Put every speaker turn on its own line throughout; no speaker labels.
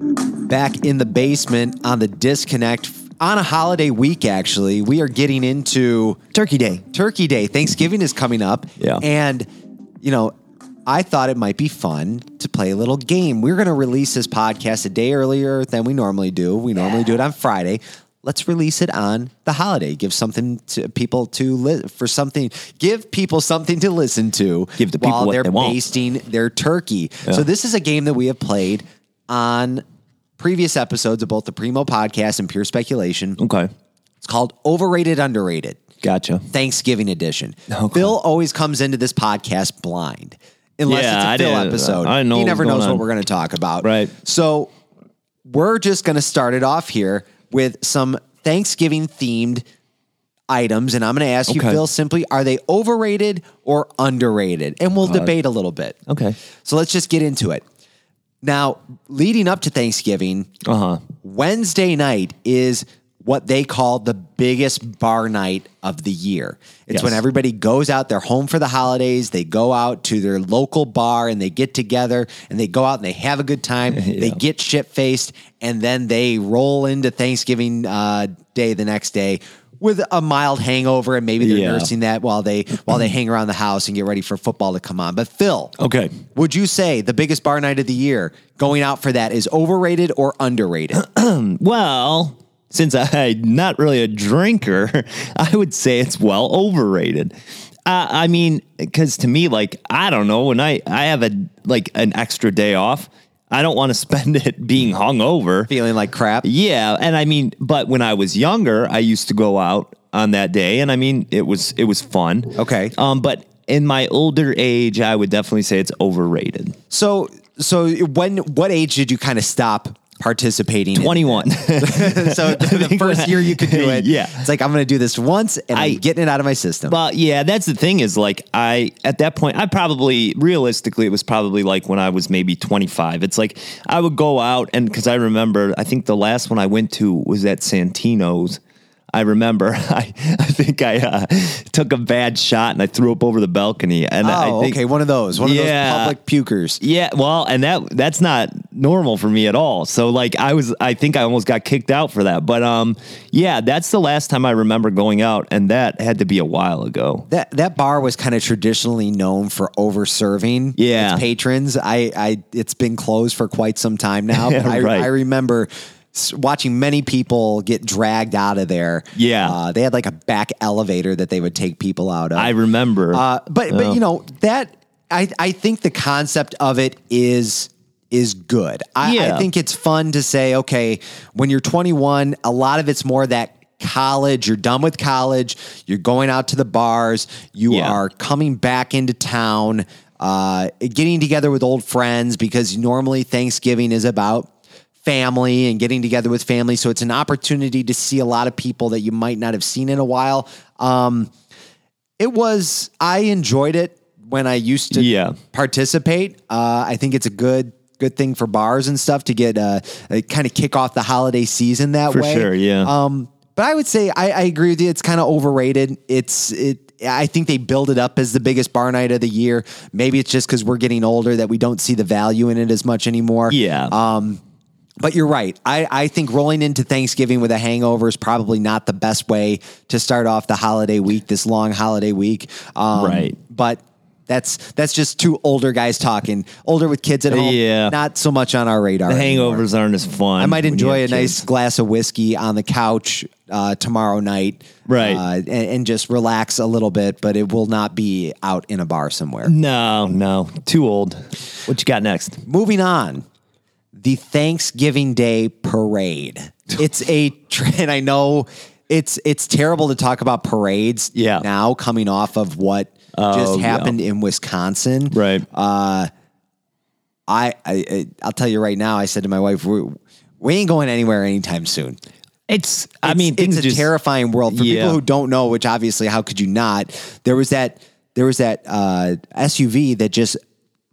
back in the basement on the disconnect on a holiday week, actually. We are getting into
Turkey Day.
Turkey Day. Thanksgiving is coming up.
Yeah.
And, you know, I thought it might be fun to play a little game. We're going to release this podcast a day earlier than we normally do. We normally do it on Friday. Let's release it on the holiday. Give something to people to li- for something. Give people something to listen to.
Give the people
while
what
they're
they want.
basting their turkey. So this is a game that we have played on previous episodes of both the Primo podcast and Pure Speculation.
Okay.
It's called Overrated Underrated.
Gotcha.
Thanksgiving edition. Phil always comes into this podcast blind, unless
Yeah, I
it's a Phil
didn't-
episode.
I didn't know
he
what
never
was going
knows what
on.
we're going to talk about.
Right.
So we're just going to start it off here with some Thanksgiving themed items, and I'm going to ask you,
Okay.
Phil, simply, are they overrated or underrated? And we'll
Uh,
debate a little bit.
Okay.
So let's just get into it. Now, leading up to Thanksgiving,
Uh huh.
Wednesday night is what they call the biggest bar night of the year. It's
Yes.
when everybody goes out, they're home for the holidays, they go out to their local bar and they get together and they go out and they have a good time, they get shit faced, and then they roll into Thanksgiving uh, day the next day with a mild hangover and maybe they're
Yeah.
nursing that while they while they hang around the house and get ready for football to come on. But Phil,
Okay.
would you say the biggest bar night of the year going out for that is overrated or underrated?
Well, since I'm not really a drinker, I would say it's well overrated. Uh, I mean, because to me, like, I don't know, when I, I have a like an extra day off, I don't want to spend it being hungover.
feeling like crap.
Yeah, and I mean, but when I was younger, I used to go out on that day, and I mean, it was it was fun.
Okay.
Um, but in my older age, I would definitely say it's overrated.
So so when what age did you kind of stop participating? in-
Twenty one.
so the first year you could do it.
Yeah.
It's like I'm going to do this once and I,
I-
am getting it out of my system.
Well, yeah, that's the thing is like I at that point I probably realistically it was probably like when I was maybe 25. It's like I would go out and cuz I remember I think the last one I went to was at Santino's. I remember I I think I uh, took a bad shot and I threw up over the balcony and
oh,
I think
okay, one of those, one
Yeah.
of those public pukers.
yeah, well, and that that's not normal for me at all. So like I was I think I almost got kicked out for that. But um yeah, that's the last time I remember going out and that had to be a while ago.
That that bar was kind of traditionally known for over serving
Yeah.
its patrons. I I it's been closed for quite some time now.
Yeah,
I,
right.
I remember s- watching many people get dragged out of there.
Yeah.
uh, they had like a back elevator that they would take people out of.
I remember.
Uh, but but you know that I I think the concept of it is is good. I, I
Yeah.
think it's fun to say okay when you're 21. A lot of it's more that college. You're done with college. You're going out to the bars. You
Yeah.
are coming back into town. Uh, getting together with old friends because normally Thanksgiving is about family and getting together with family. So it's an opportunity to see a lot of people that you might not have seen in a while. Um, it was I enjoyed it when I used to
Yeah.
participate. Uh, I think it's a good good thing for bars and stuff to get uh, kind of kick off the holiday season that
For
way.
sure, yeah.
Um, but I would say I, I agree with you. It's kind of overrated. It's it. I think they build it up as the biggest bar night of the year. Maybe it's just because we're getting older that we don't see the value in it as much anymore.
yeah.
Oh, But you're right. I, I think rolling into Thanksgiving with a hangover is probably not the best way to start off the holiday week, this long holiday week. Um,
Right.
But that's that's just two older guys talking, older with kids at home.
Yeah.
Not so much on our radar.
the
anymore.
hangovers aren't as fun.
I might enjoy a nice glass of whiskey on the couch uh, tomorrow night.
Right.
Uh, and, and just relax a little bit, but it will not be out in a bar somewhere.
No, no, too old. What you got next?
Moving on, the Thanksgiving Day parade. It's a and I know it's it's terrible to talk about parades
Yeah. Oh,
now coming off of what just
yeah.
happened in Wisconsin.
Right.
I, I I- I'll tell you right now. I said to my wife, we, we ain't going anywhere anytime soon.
it's. I mean,
it's,
things
a
just
terrifying world for
Yeah.
people who don't know. Which obviously, how could you not? There was that there was that uh, SUV that just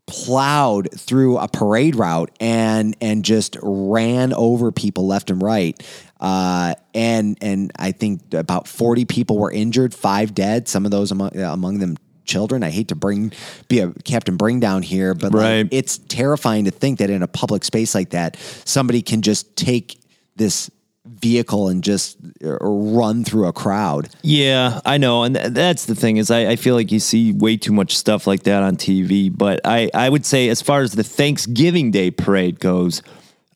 plowed through a parade route and and just ran over people left and right. Uh, and and I think about forty people were injured, five dead. Some of those among, among them children. I hate to bring be a Captain Bring down here, but like,
Right.
it's terrifying to think that in a public space like that, somebody can just take this vehicle and just uh, run through a crowd.
Yeah, I know, and th- that's the thing is I, I feel like you see way too much stuff like that on TV. But I I would say as far as the Thanksgiving Day parade goes,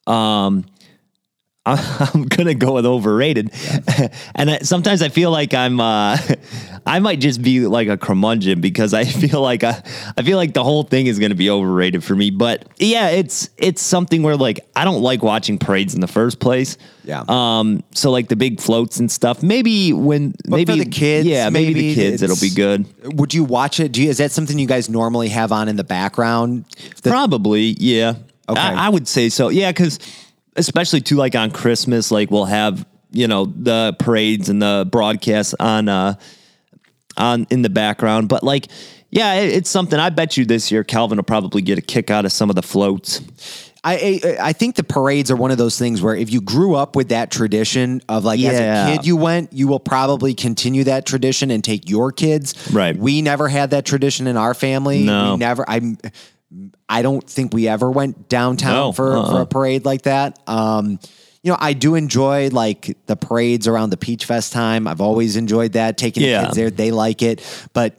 um, I- I'm gonna go with overrated. and I, sometimes I feel like I'm uh, I might just be like a curmudgeon because I feel like I, I feel like the whole thing is gonna be overrated for me. But yeah, it's it's something where like I don't like watching parades in the first place.
Yeah.
Um. So like the big floats and stuff. Maybe when maybe
for the kids,
Yeah. Maybe,
maybe
the kids. It'll
it's-
be good.
Would you watch it? Do you, is that something you guys normally have on in the background? The-
Probably. Yeah.
Okay.
I, I would say so. Yeah, because especially too, like on Christmas, like we'll have you know the parades and the broadcasts on uh on in the background, but like. Yeah, it, it's something. I bet you this year Calvin will probably get a kick out of some of the floats.
I, I I think the parades are one of those things where if you grew up with that tradition of like as
Yeah.
a kid you went, you will probably continue that tradition and take your kids.
Right.
We never had that tradition in our family.
No.
We never. I I don't think we ever went downtown
No,
for for
uh-uh.
a parade like that. Um, you know, I do enjoy like the parades around the Peach Fest time. I've always enjoyed that. Taking
Yeah.
the kids there, they like it, but.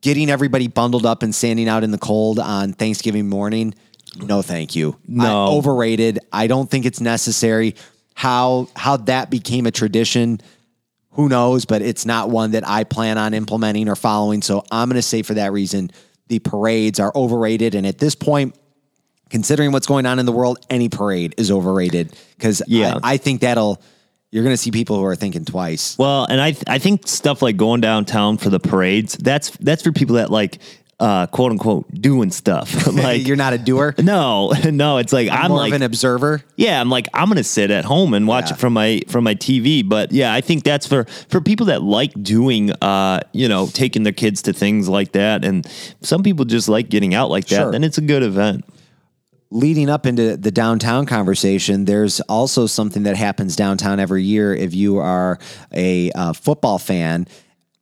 Getting everybody bundled up and standing out in the cold on Thanksgiving morning, no, thank you.
No.
I- overrated. I don't think it's necessary. How how that became a tradition, who knows? But it's not one that I plan on implementing or following. So I'm going to say for that reason, the parades are overrated. And at this point, considering what's going on in the world, any parade is overrated because
Yeah.
I, I think that'll you're going to see people who are thinking twice.
Well, and I th- I think stuff like going downtown for the parades that's that's for people that like uh, quote unquote doing stuff. like
you're not a doer.
no, no, it's like I'm
more
like
of an observer.
yeah, I'm like I'm gonna sit at home and watch
Yeah.
it from my from my TV. But yeah, I think that's for for people that like doing, uh, you know, taking their kids to things like that, and some people just like getting out like that.
Sure.
Then it's a good event.
leading up into the downtown conversation, there's also something that happens downtown every year. If you are a uh, football fan,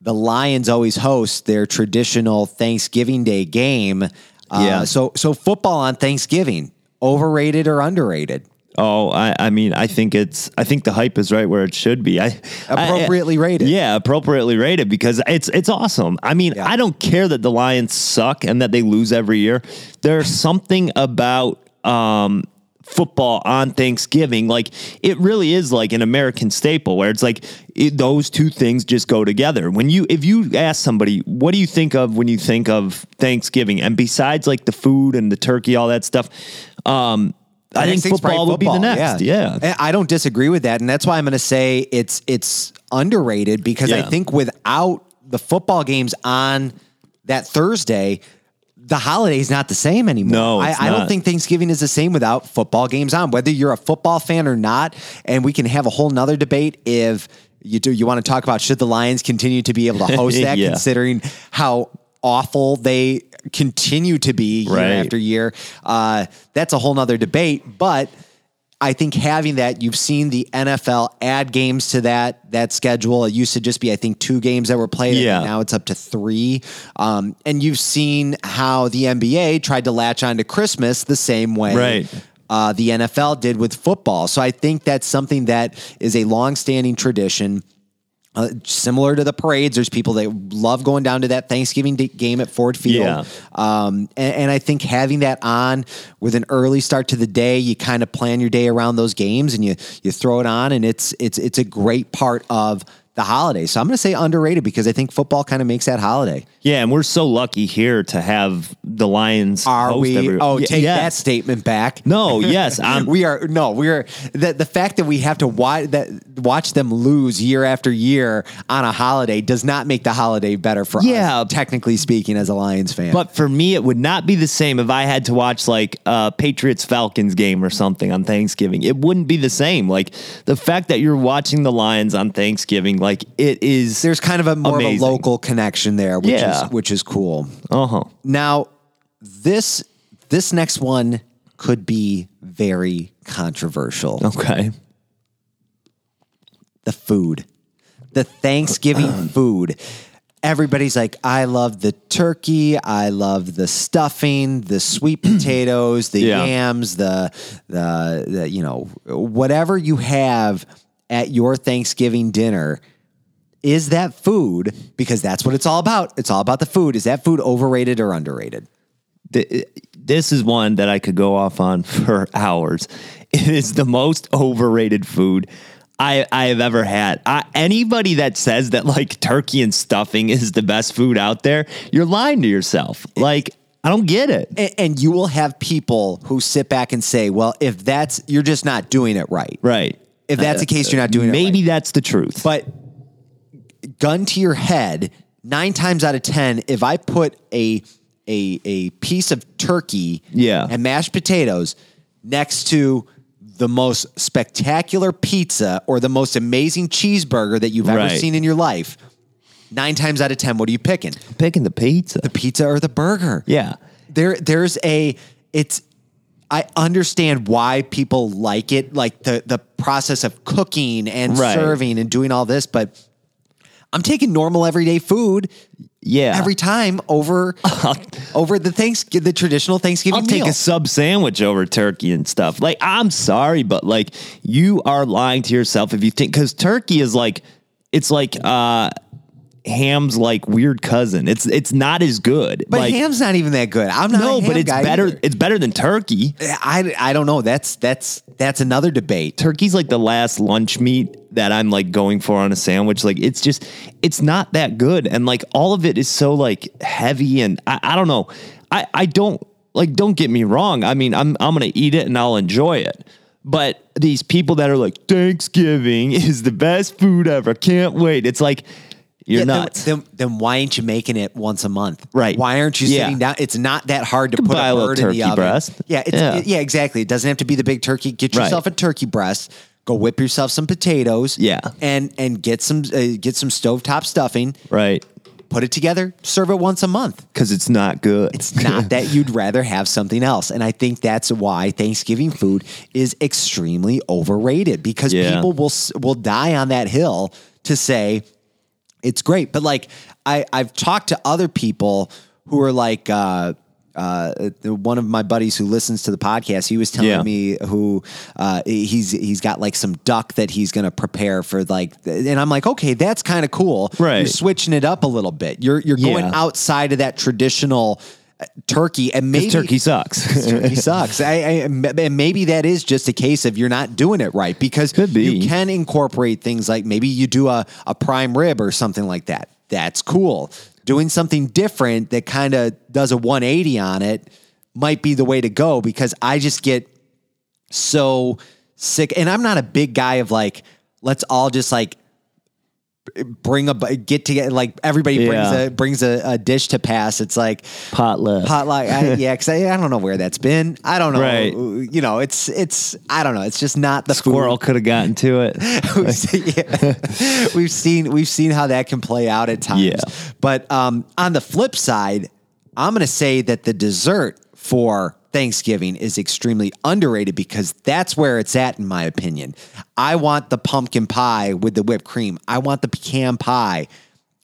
the Lions always host their traditional Thanksgiving Day game. Uh,
Yeah.
So so football on Thanksgiving, overrated or underrated?
Oh, I, I mean, I think it's I think the hype is right where it should be. I I-
Appropriately rated.
Yeah, appropriately rated because it's it's awesome. I mean,
Yeah.
I don't care that the Lions suck and that they lose every year. There's something about um football on Thanksgiving like it really is like an American staple where it's like it, those two things just go together. When you if you ask somebody what do you think of when you think of Thanksgiving and besides like the food and the turkey all that stuff um I think
Next thing's probably
football would be the
football,
next. Yeah.
And I don't disagree with that, and that's why I'm going to say it's it's underrated because I
Yeah.
think without the football games on that Thursday, the holiday's not the same anymore.
No,
I,
it's
I don't
not.
think Thanksgiving is the same without football games on. Whether you're a football fan or not, and we can have a whole nother debate if you do. You want to talk about should the Lions continue to be able to host that,
Yeah.
considering how awful they continue to be year
Right.
after year. Uh, that's a whole nother debate, but I think having that, you've seen the NFL add games to that that schedule. It used to just be, I think, two games that were played. and
Yeah.
Now it's up to three. Um, and you've seen how the NBA tried to latch on to Christmas the same way
Right.
uh, the NFL did with football. So I think that's something that is a longstanding tradition. Uh, similar to the parades, there's people that love going down to that Thanksgiving d- game at Ford Field.
Yeah.
Um, and, and I think having that on with an early start to the day, you kind of plan your day around those games and you you throw it on, and it's it's it's a great part of the holiday. So I'm going to say underrated because I think football kind of makes that holiday.
Yeah, and we're so lucky here to have the Lions.
Are
host
we?
every-
oh,
Y-
take
yes.
that statement back.
No, yes, I'm.
we are no, we are the the fact that we have to watch that watch them lose year after year on a holiday does not make the holiday better for
Yeah.
us. Technically speaking, as a Lions fan,
but for me, it would not be the same if I had to watch like a Patriots Falcons game or something on Thanksgiving. It wouldn't be the same. Like the fact that you're watching the Lions on Thanksgiving, like it is.
there's kind of a more of a
Amazing.
local connection there, which
Yeah.
is which is cool.
Uh huh.
Now, this this next one could be very controversial.
Okay.
the food, the Thanksgiving food. everybody's like, I love the turkey, I love the stuffing, the sweet potatoes, the
Yeah.
yams, the, the the you know whatever you have at your Thanksgiving dinner. Is that food? Because that's what it's all about. It's all about the food. Is that food overrated or underrated?
th- eh, this is one that I could go off on for hours. It is the most overrated food I, I have ever had. I, anybody that says that like turkey and stuffing is the best food out there, you're lying to yourself. Like, I don't get it.
and, and you will have people who sit back and say, "Well, if that's you're just not doing it right.
Right.
If that's the case, you're not doing it
Maybe
right."
that's the truth.
But gun to your head, nine times out of ten, if I put a a a piece of turkey
Yeah.
and mashed potatoes next to the most spectacular pizza or the most amazing cheeseburger that you've ever
Right.
seen in your life, nine times out of ten, what are you picking?
picking the pizza.
The pizza or the burger?
yeah.
there there's a it's I understand why people like it, like the the process of cooking and
Right.
serving and doing all this, but I'm taking normal everyday food
Yeah.
every time over over the thanks the traditional Thanksgiving
I'll take
meal.
a sub sandwich over turkey and stuff. Like, I'm sorry, but like, you are lying to yourself if you think because turkey is like, it's like uh ham's like weird cousin. It's it's not as good.
but
like,
ham's not even that good. I'm not a
no,
ham
but it's
guy
better.
either.
It's better than turkey.
I I don't know. That's that's that's another debate.
Turkey's like the last lunch meat that I'm like going for on a sandwich. Like, it's just, it's not that good, and like all of it is so like heavy, and I, I don't know. I I don't like. Don't get me wrong. I mean, I'm I'm gonna eat it and I'll enjoy it. But these people that are like Thanksgiving is the best food ever. Can't wait. It's like you're
Yeah, then-
nuts.
Then, then why ain't you making it once a month?
Right.
Why aren't you
Yeah.
sitting down? It's not that hard to put
buy
a
a little
bird in the
turkey
oven.
breast.
Yeah, it's, yeah.
Yeah.
exactly. It doesn't have to be the big turkey. Get
Right.
yourself a turkey breast. Go whip yourself some potatoes.
Yeah.
and and get some uh, get some stovetop stuffing.
right?
Put it together. Serve it once a month.
Because it's not good.
It's not that you'd rather have something else, and I think that's why Thanksgiving food is extremely overrated because
Yeah.
people will s- will die on that hill to say it's great. But like I, I've talked to other people who are like uh, uh, one of my buddies who listens to the podcast. He was telling
Yeah.
me who uh, he's he's got like some duck that he's going to prepare for like, and I'm like, okay, that's kind of cool.
Right.
you're switching it up a little bit. You're you're going
Yeah.
outside of that traditional. uh, Turkey and maybe
turkey sucks.
turkey sucks. I, I, and maybe that is just a case of you're not doing it right because
Could be.
you can incorporate things like maybe you do a, a prime rib or something like that. That's cool. Doing something different that kind of does a 180 on it might be the way to go because I just get so sick. And I'm not a big guy of like, let's all just like bring a bu- get together like everybody
Yeah.
brings a brings a, a dish to pass it's like
Potluck.
potluck. I, yeah, because I, I don't know where that's been. I don't know.
Right.
You know, it's it's I don't know. It's just not the
Squirrel could have gotten to it.
Food. we've, seen, yeah. we've seen we've seen how that can play out at times.
Yeah.
But um, on the flip side, I'm going to say that the dessert for Thanksgiving is extremely underrated because that's where it's at, in my opinion. I want the pumpkin pie with the whipped cream. I want the pecan pie.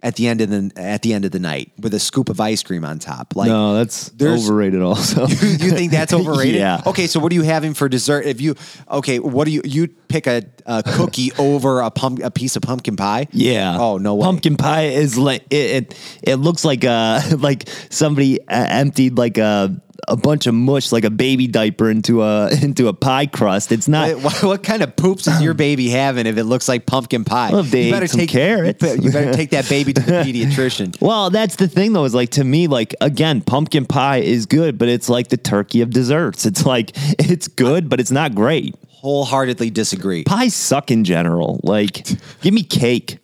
At the end of the at the end of the night, with a scoop of ice cream on top, like
No, that's
There's-
overrated. Also,
you think that's overrated?
Yeah.
Okay, so what are you having for dessert? If you okay, what do you you pick a, a cookie over a pump a piece of pumpkin pie?
Yeah.
Oh no way.
Pumpkin pie is like it. It, it looks like uh like somebody uh, emptied like a a bunch of mush like a baby diaper into a into a pie crust. It's not.
What, what kind of poops is your baby having if it looks like pumpkin pie?
Well, if they ate some carrots.
You, you better take that baby to the pediatrician.
Well, that's the thing though. Is like to me, like again, pumpkin pie is good, but it's like the turkey of desserts. It's like it's good, but it's not great.
Wholeheartedly disagree.
Pies suck in general. Like, give me cake.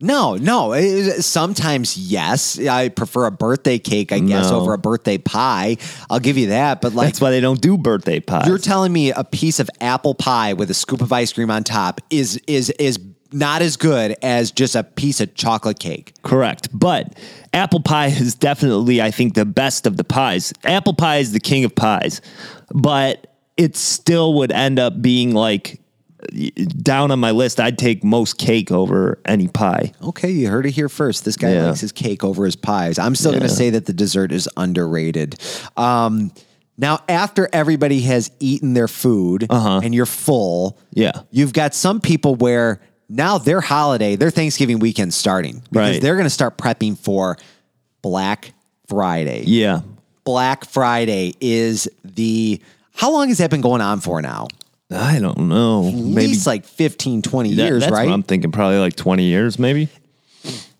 No, no. It- it- Sometimes yes, I prefer a birthday cake, I guess,
No.
over a birthday pie. I'll give you that. But like
That's why they don't do birthday pies.
You're telling me a piece of apple pie with a scoop of ice cream on top is is is not as good as just a piece of chocolate cake.
Correct. But apple pie is definitely, I think, the best of the pies. Apple pie is the king of pies, but it still would end up being like down on my list, I'd take most cake over any pie.
Okay, you heard it here first. This guy
Yeah.
likes his cake over his pies. I'm still going to
Yeah.
say that the dessert is underrated. Um, now, after everybody has eaten their food and you're full,
Yeah.
you've got some people where now their holiday, their Thanksgiving weekend starting because
Right.
they're going to start prepping for Black Friday.
Yeah.
Black Friday is the how long has that been going on for now?
I don't know.
At
Maybe
least like 15, 20
that-
years,
that's
right?
what I'm thinking. Probably like 20 years, maybe.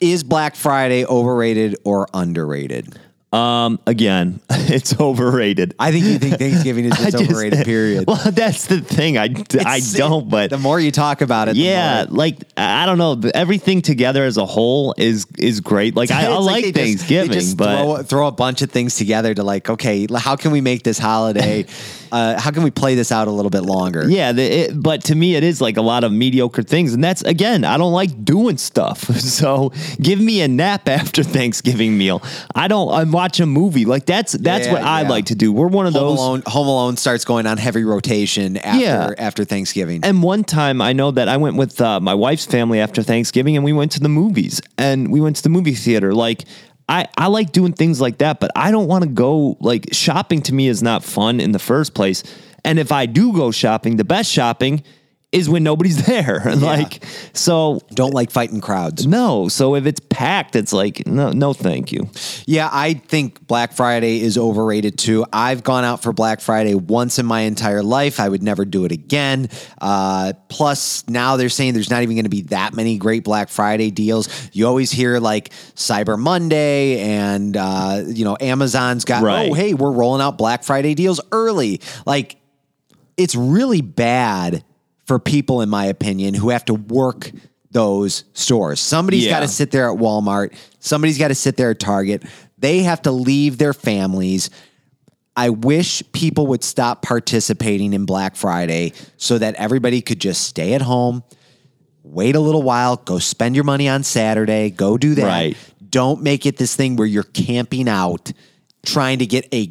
Is Black Friday overrated or underrated?
Um, again, it's overrated.
I think you think Thanksgiving is just,
I just-
overrated, period.
Well, that's the thing. I, I
It's-
don't, but
the more you talk about it, the
yeah,
more-
like I I don't know. but Everything together as a whole is is great. Like I, I
It's
like,
they just- they
Thanksgiving,
just
but
throw, throw a bunch of things together to like, okay, l- how can we make this holiday? uh, how can we play this out a little bit longer?
yeah, the, it, but to me it is like a lot of mediocre things, and that's again I don't like doing stuff. So give me a nap after Thanksgiving meal. I don't. I watch a movie. Like that's that's
Yeah,
what I
yeah.
like to do. We're one of
Home
those.
Alone, Home Alone starts going on heavy rotation after
Yeah.
after Thanksgiving.
And one time I know that I went with uh, my wife's family after Thanksgiving and we went to the movies and we went to the movie theater. Like, I, I like doing things like that, but I don't want to go, like, shopping to me is not fun in the first place. And if I do go shopping, the best shopping is when nobody's there. like, so
Don't like fighting crowds.
no. So if it's packed, it's like, no, no, thank you.
Yeah, I think Black Friday is overrated too. I've gone out for Black Friday once in my entire life. I would never do it again. Uh, plus, now they're saying there's not even going to be that many great Black Friday deals. You always hear like Cyber Monday and uh, you know Amazon's got
Right.
oh hey we're rolling out Black Friday deals early. Like it's really bad for people, in my opinion, who have to work those stores. Somebody's
Yeah.
got to sit there at Walmart. Somebody's got to sit there at Target. They have to leave their families. I wish people would stop participating in Black Friday so that everybody could just stay at home, wait a little while, go spend your money on Saturday, go do that.
Right.
Don't make it this thing where you're camping out trying to get a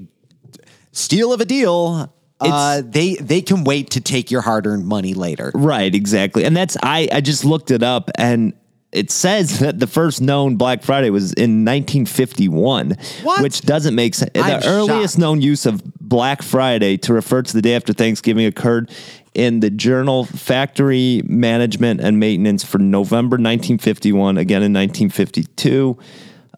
steal of a deal. Uh, they they can wait to take your hard earned money later.
Right, exactly. And that's I I just looked it up and it says that the first known Black Friday was in 1951,
What?
which doesn't make sense.
I'm
the earliest
shocked.
known use of Black Friday to refer to the day after Thanksgiving occurred in the journal Factory Management and Maintenance for November 1951, again in 1952.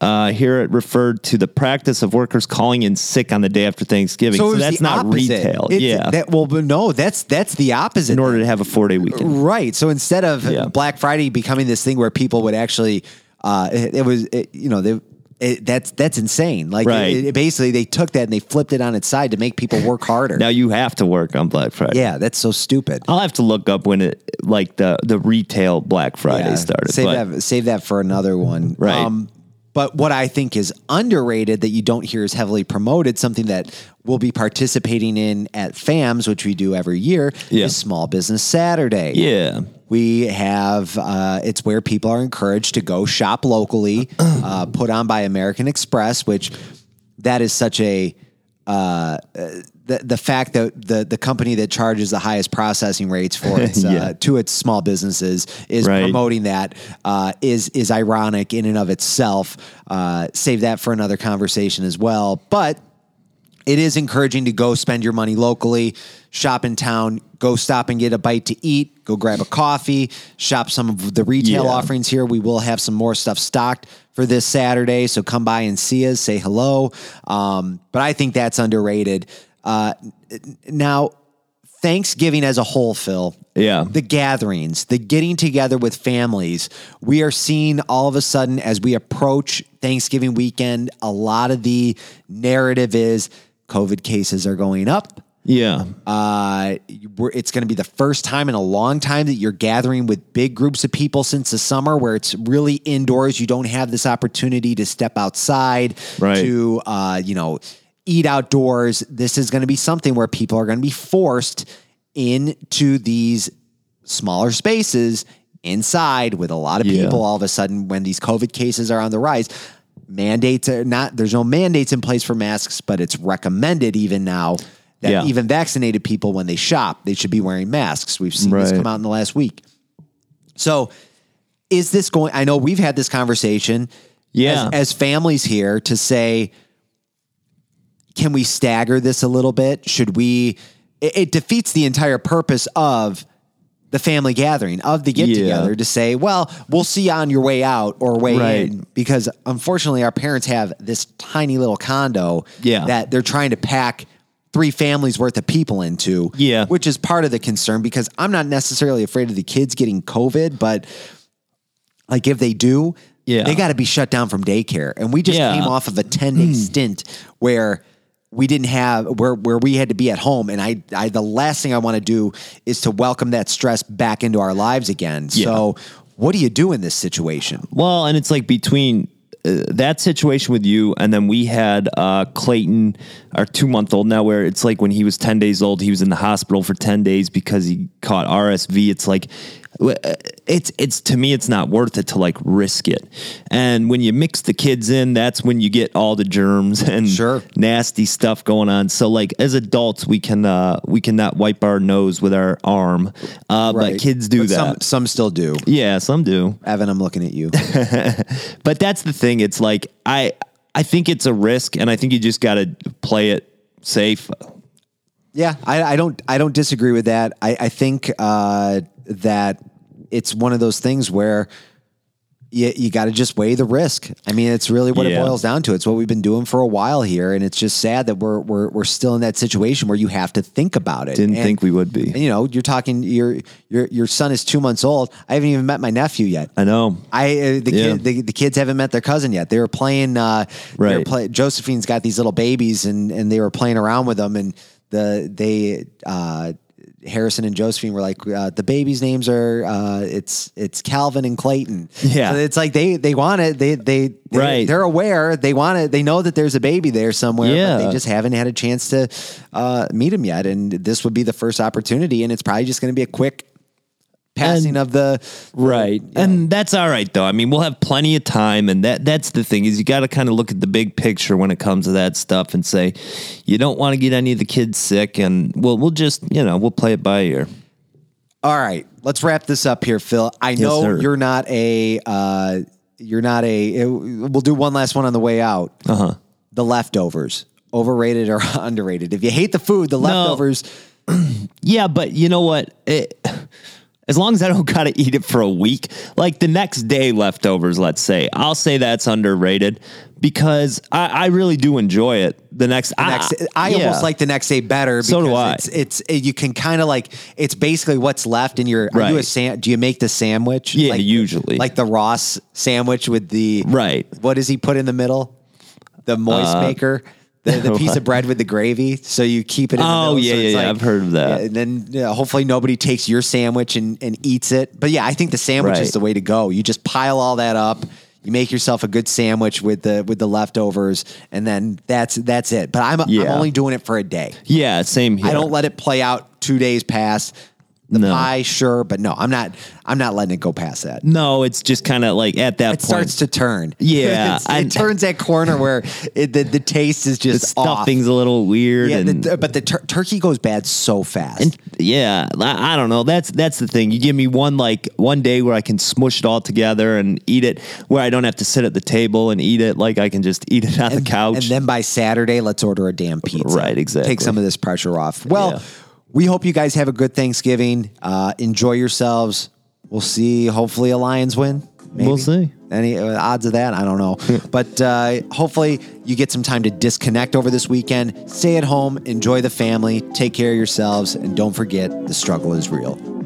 Uh, here it referred to the practice of workers calling in sick on the day after Thanksgiving. So,
it was
that's
the
not
opposite.
retail.
It's-
yeah.
That, well, but no, that's that's the opposite.
in order to have a four day weekend.
Right. So instead of
Yeah.
Black Friday becoming this thing where people would actually, uh, it, it was, it, you know, they, it, that's that's insane. Like
Right.
it, it- basically, they took that and they flipped it on its side to make people work harder.
Now you have to work on Black Friday.
yeah, that's so stupid.
I'll have to look up when it like the the retail Black Friday
Yeah.
started.
Save
but
that. Save that for another one. Um,
Right.
but what I think is underrated that you don't hear is heavily promoted, something that we'll be participating in at FAMS, which we do every year,
Yeah.
is Small Business Saturday.
yeah,
We have uh, it's where people are encouraged to go shop locally, uh, put on by American Express, which that is such a uh, uh, the the fact that the the company that charges the highest processing rates for its uh,
Yeah.
to its small businesses is
Right.
promoting that uh, is is ironic in and of itself. Uh, save that for another conversation as well, but it is encouraging to go spend your money locally, shop in town, go stop and get a bite to eat, go grab a coffee, shop some of the retail
Yeah.
offerings here. We will have some more stuff stocked for this Saturday, so come by and see us, say hello. Um, but I think that's underrated. Uh, now, Thanksgiving as a whole, Phil.
Yeah.
The gatherings, the getting together with families. We are seeing all of a sudden as we approach Thanksgiving weekend, a lot of the narrative is COVID cases are going up.
yeah,
Uh, we're, it's going to be the first time in a long time that you're gathering with big groups of people since the summer, where it's really indoors. You don't have this opportunity to step outside
Right.
to, uh, you know, eat outdoors. This is going to be something where people are going to be forced into these smaller spaces inside with a lot of
Yeah.
people all of a sudden when these COVID cases are on the rise. Mandates are not, there's no mandates in place for masks, but it's recommended even now that
Yeah.
even vaccinated people, when they shop, they should be wearing masks. We've seen this
Right.
come out in the last week. So, is this going? I know we've had this conversation,
Yeah.
as, as families here to say, can we stagger this a little bit? Should we? It, it defeats the entire purpose of the family gathering of the get together to say, well, we'll see you on your way out or way
Right.
in, because unfortunately our parents have this tiny little condo
Yeah.
that they're trying to pack three families worth of people into,
Yeah.
which is part of the concern because I'm not necessarily afraid of the kids getting COVID, but like if they do,
Yeah.
they got to be shut down from daycare. And we just
Yeah. Hmm.
came off of a 10 day stint where we didn't have where where we had to be at home and I I the last thing I want to do is to welcome that stress back into our lives again. So what do you do in this situation?
Well, and it's like between uh, that situation with you, and then we had uh, Clayton, our two month old now, where it's like when he was 10 days old, he was in the hospital for 10 days because he caught RSV. It's like, w- uh, it's, it's to me, it's not worth it to like risk it. And when you mix the kids in, that's when you get all the germs and
Sure.
nasty stuff going on. So like as adults, we can, uh, we cannot wipe our nose with our arm, uh, but kids do
But
that.
Some some still do.
yeah, some do.
Evan, I'm looking at you.
But that's the thing. It's like I I think it's a risk, and I think you just got to play it safe.
Yeah, I, I don't I don't disagree with that. I, I think uh, that it's one of those things where you, you got to just weigh the risk. I mean, it's really what it
Yeah.
boils down to. It's what we've been doing for a while here, and it's just sad that we're we're we're still in that situation where you have to think about it.
Didn't
And-
think we would be.
And, you know, you're talking your your your son is two months old. I haven't even met my nephew yet.
I know.
I uh, the,
Yeah.
kid, the the kids haven't met their cousin yet. They were playing. Uh, They were
Right.
play, Josephine's got these little babies, and and they were playing around with them. And the they uh, Harrison and Josephine were like, uh, the babies' names are uh, it's it's Calvin and Clayton.
Yeah.
so it's like they they want it. They they, they
Right.
They're aware. They want it. They know that there's a baby there somewhere.
Yeah.
but they just haven't had a chance to uh, meet him yet. And this would be the first opportunity. And it's probably just going to be a quick. Passing of the
Right. And that's all right though. I mean, we'll have plenty of time and that that's the thing is you got to kind of look at the big picture when it comes to that stuff and say you don't want to get any of the kids sick and we'll we'll just, you know, we'll play it by ear.
All right, let's wrap this up here, Phil. I know
sir.
you're not a uh, you're not a. it- we'll do one last one on the way out. Uh huh. The leftovers, overrated or underrated? If you hate the food, the leftovers.
Yeah, but you know what? It, as long as I don't gotta eat it for a week, like the next day leftovers, let's say, I'll say that's underrated because I, I really do enjoy it. The next,
the Next, I almost like the next day better.
Ah, So do I.
It's, it's it- you can kind of like it's basically what's left in your. Are you a
Right.
san- do you make the sandwich?
Yeah,
like,
usually.
like the Ross sandwich with the
Right. Uh,
What does he put in the middle? The moist maker. The, the piece of bread with the gravy, so you keep it. in the
Oh,
middle, so
yeah,
it's
yeah, yeah, I've heard of that.
Yeah, and then yeah, hopefully nobody takes your sandwich and, and eats it. But yeah, I think the sandwich is
Right.
the way to go. You just pile all that up. You make yourself a good sandwich with the with the leftovers, and then that's that's it. But I'm, I'm
Yeah.
only doing it for a day.
yeah, same here.
I don't let it play out two days past. The
No.
pie, sure, but no, I'm not. I'm not letting it go past that.
No, it's just kind of like at that
It
point.
starts to turn.
Yeah,
It's-
I-
it turns that corner where it, the, the taste is
the
just off.
stuffing's a little weird,
Yeah, the-
and
but the tur- turkey goes bad so fast.
yeah, I, I don't know. That's that's the thing. You give me one like one day where I can smush it all together and eat it, where I don't have to sit at the table and eat it. Like I can just eat it on the couch.
And then by Saturday, let's order a damn pizza.
Right, exactly.
Take some of this pressure off. Well,
Yeah.
we hope you guys have a good Thanksgiving. Uh, enjoy yourselves. We'll see. Hopefully, a Lions win.
We'll see.
Any uh, odds of that? I don't know. but uh, hopefully, you get some time to disconnect over this weekend. Stay at home, enjoy the family, take care of yourselves, and don't forget the struggle is real.